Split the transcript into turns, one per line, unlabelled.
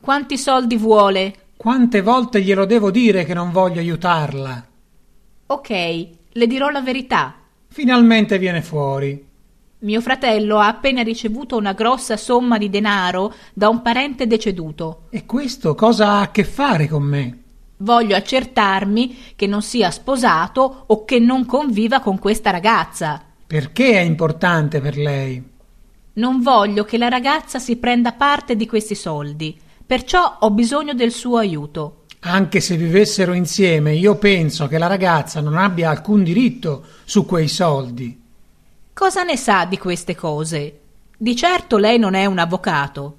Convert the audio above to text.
Quanti soldi vuole?
Quante volte glielo devo dire che non voglio aiutarla?
Ok, le dirò la verità.
Finalmente viene fuori.
Mio fratello ha appena ricevuto una grossa somma di denaro da un parente deceduto.
E questo cosa ha a che fare con me?
Voglio accertarmi che non sia sposato o che non conviva con questa ragazza.
Perché è importante per lei?
Non voglio che la ragazza si prenda parte di questi soldi, perciò ho bisogno del suo aiuto.
Anche se vivessero insieme, io penso che la ragazza non abbia alcun diritto su quei soldi.
Cosa ne sa di queste cose? Di certo lei non è un avvocato.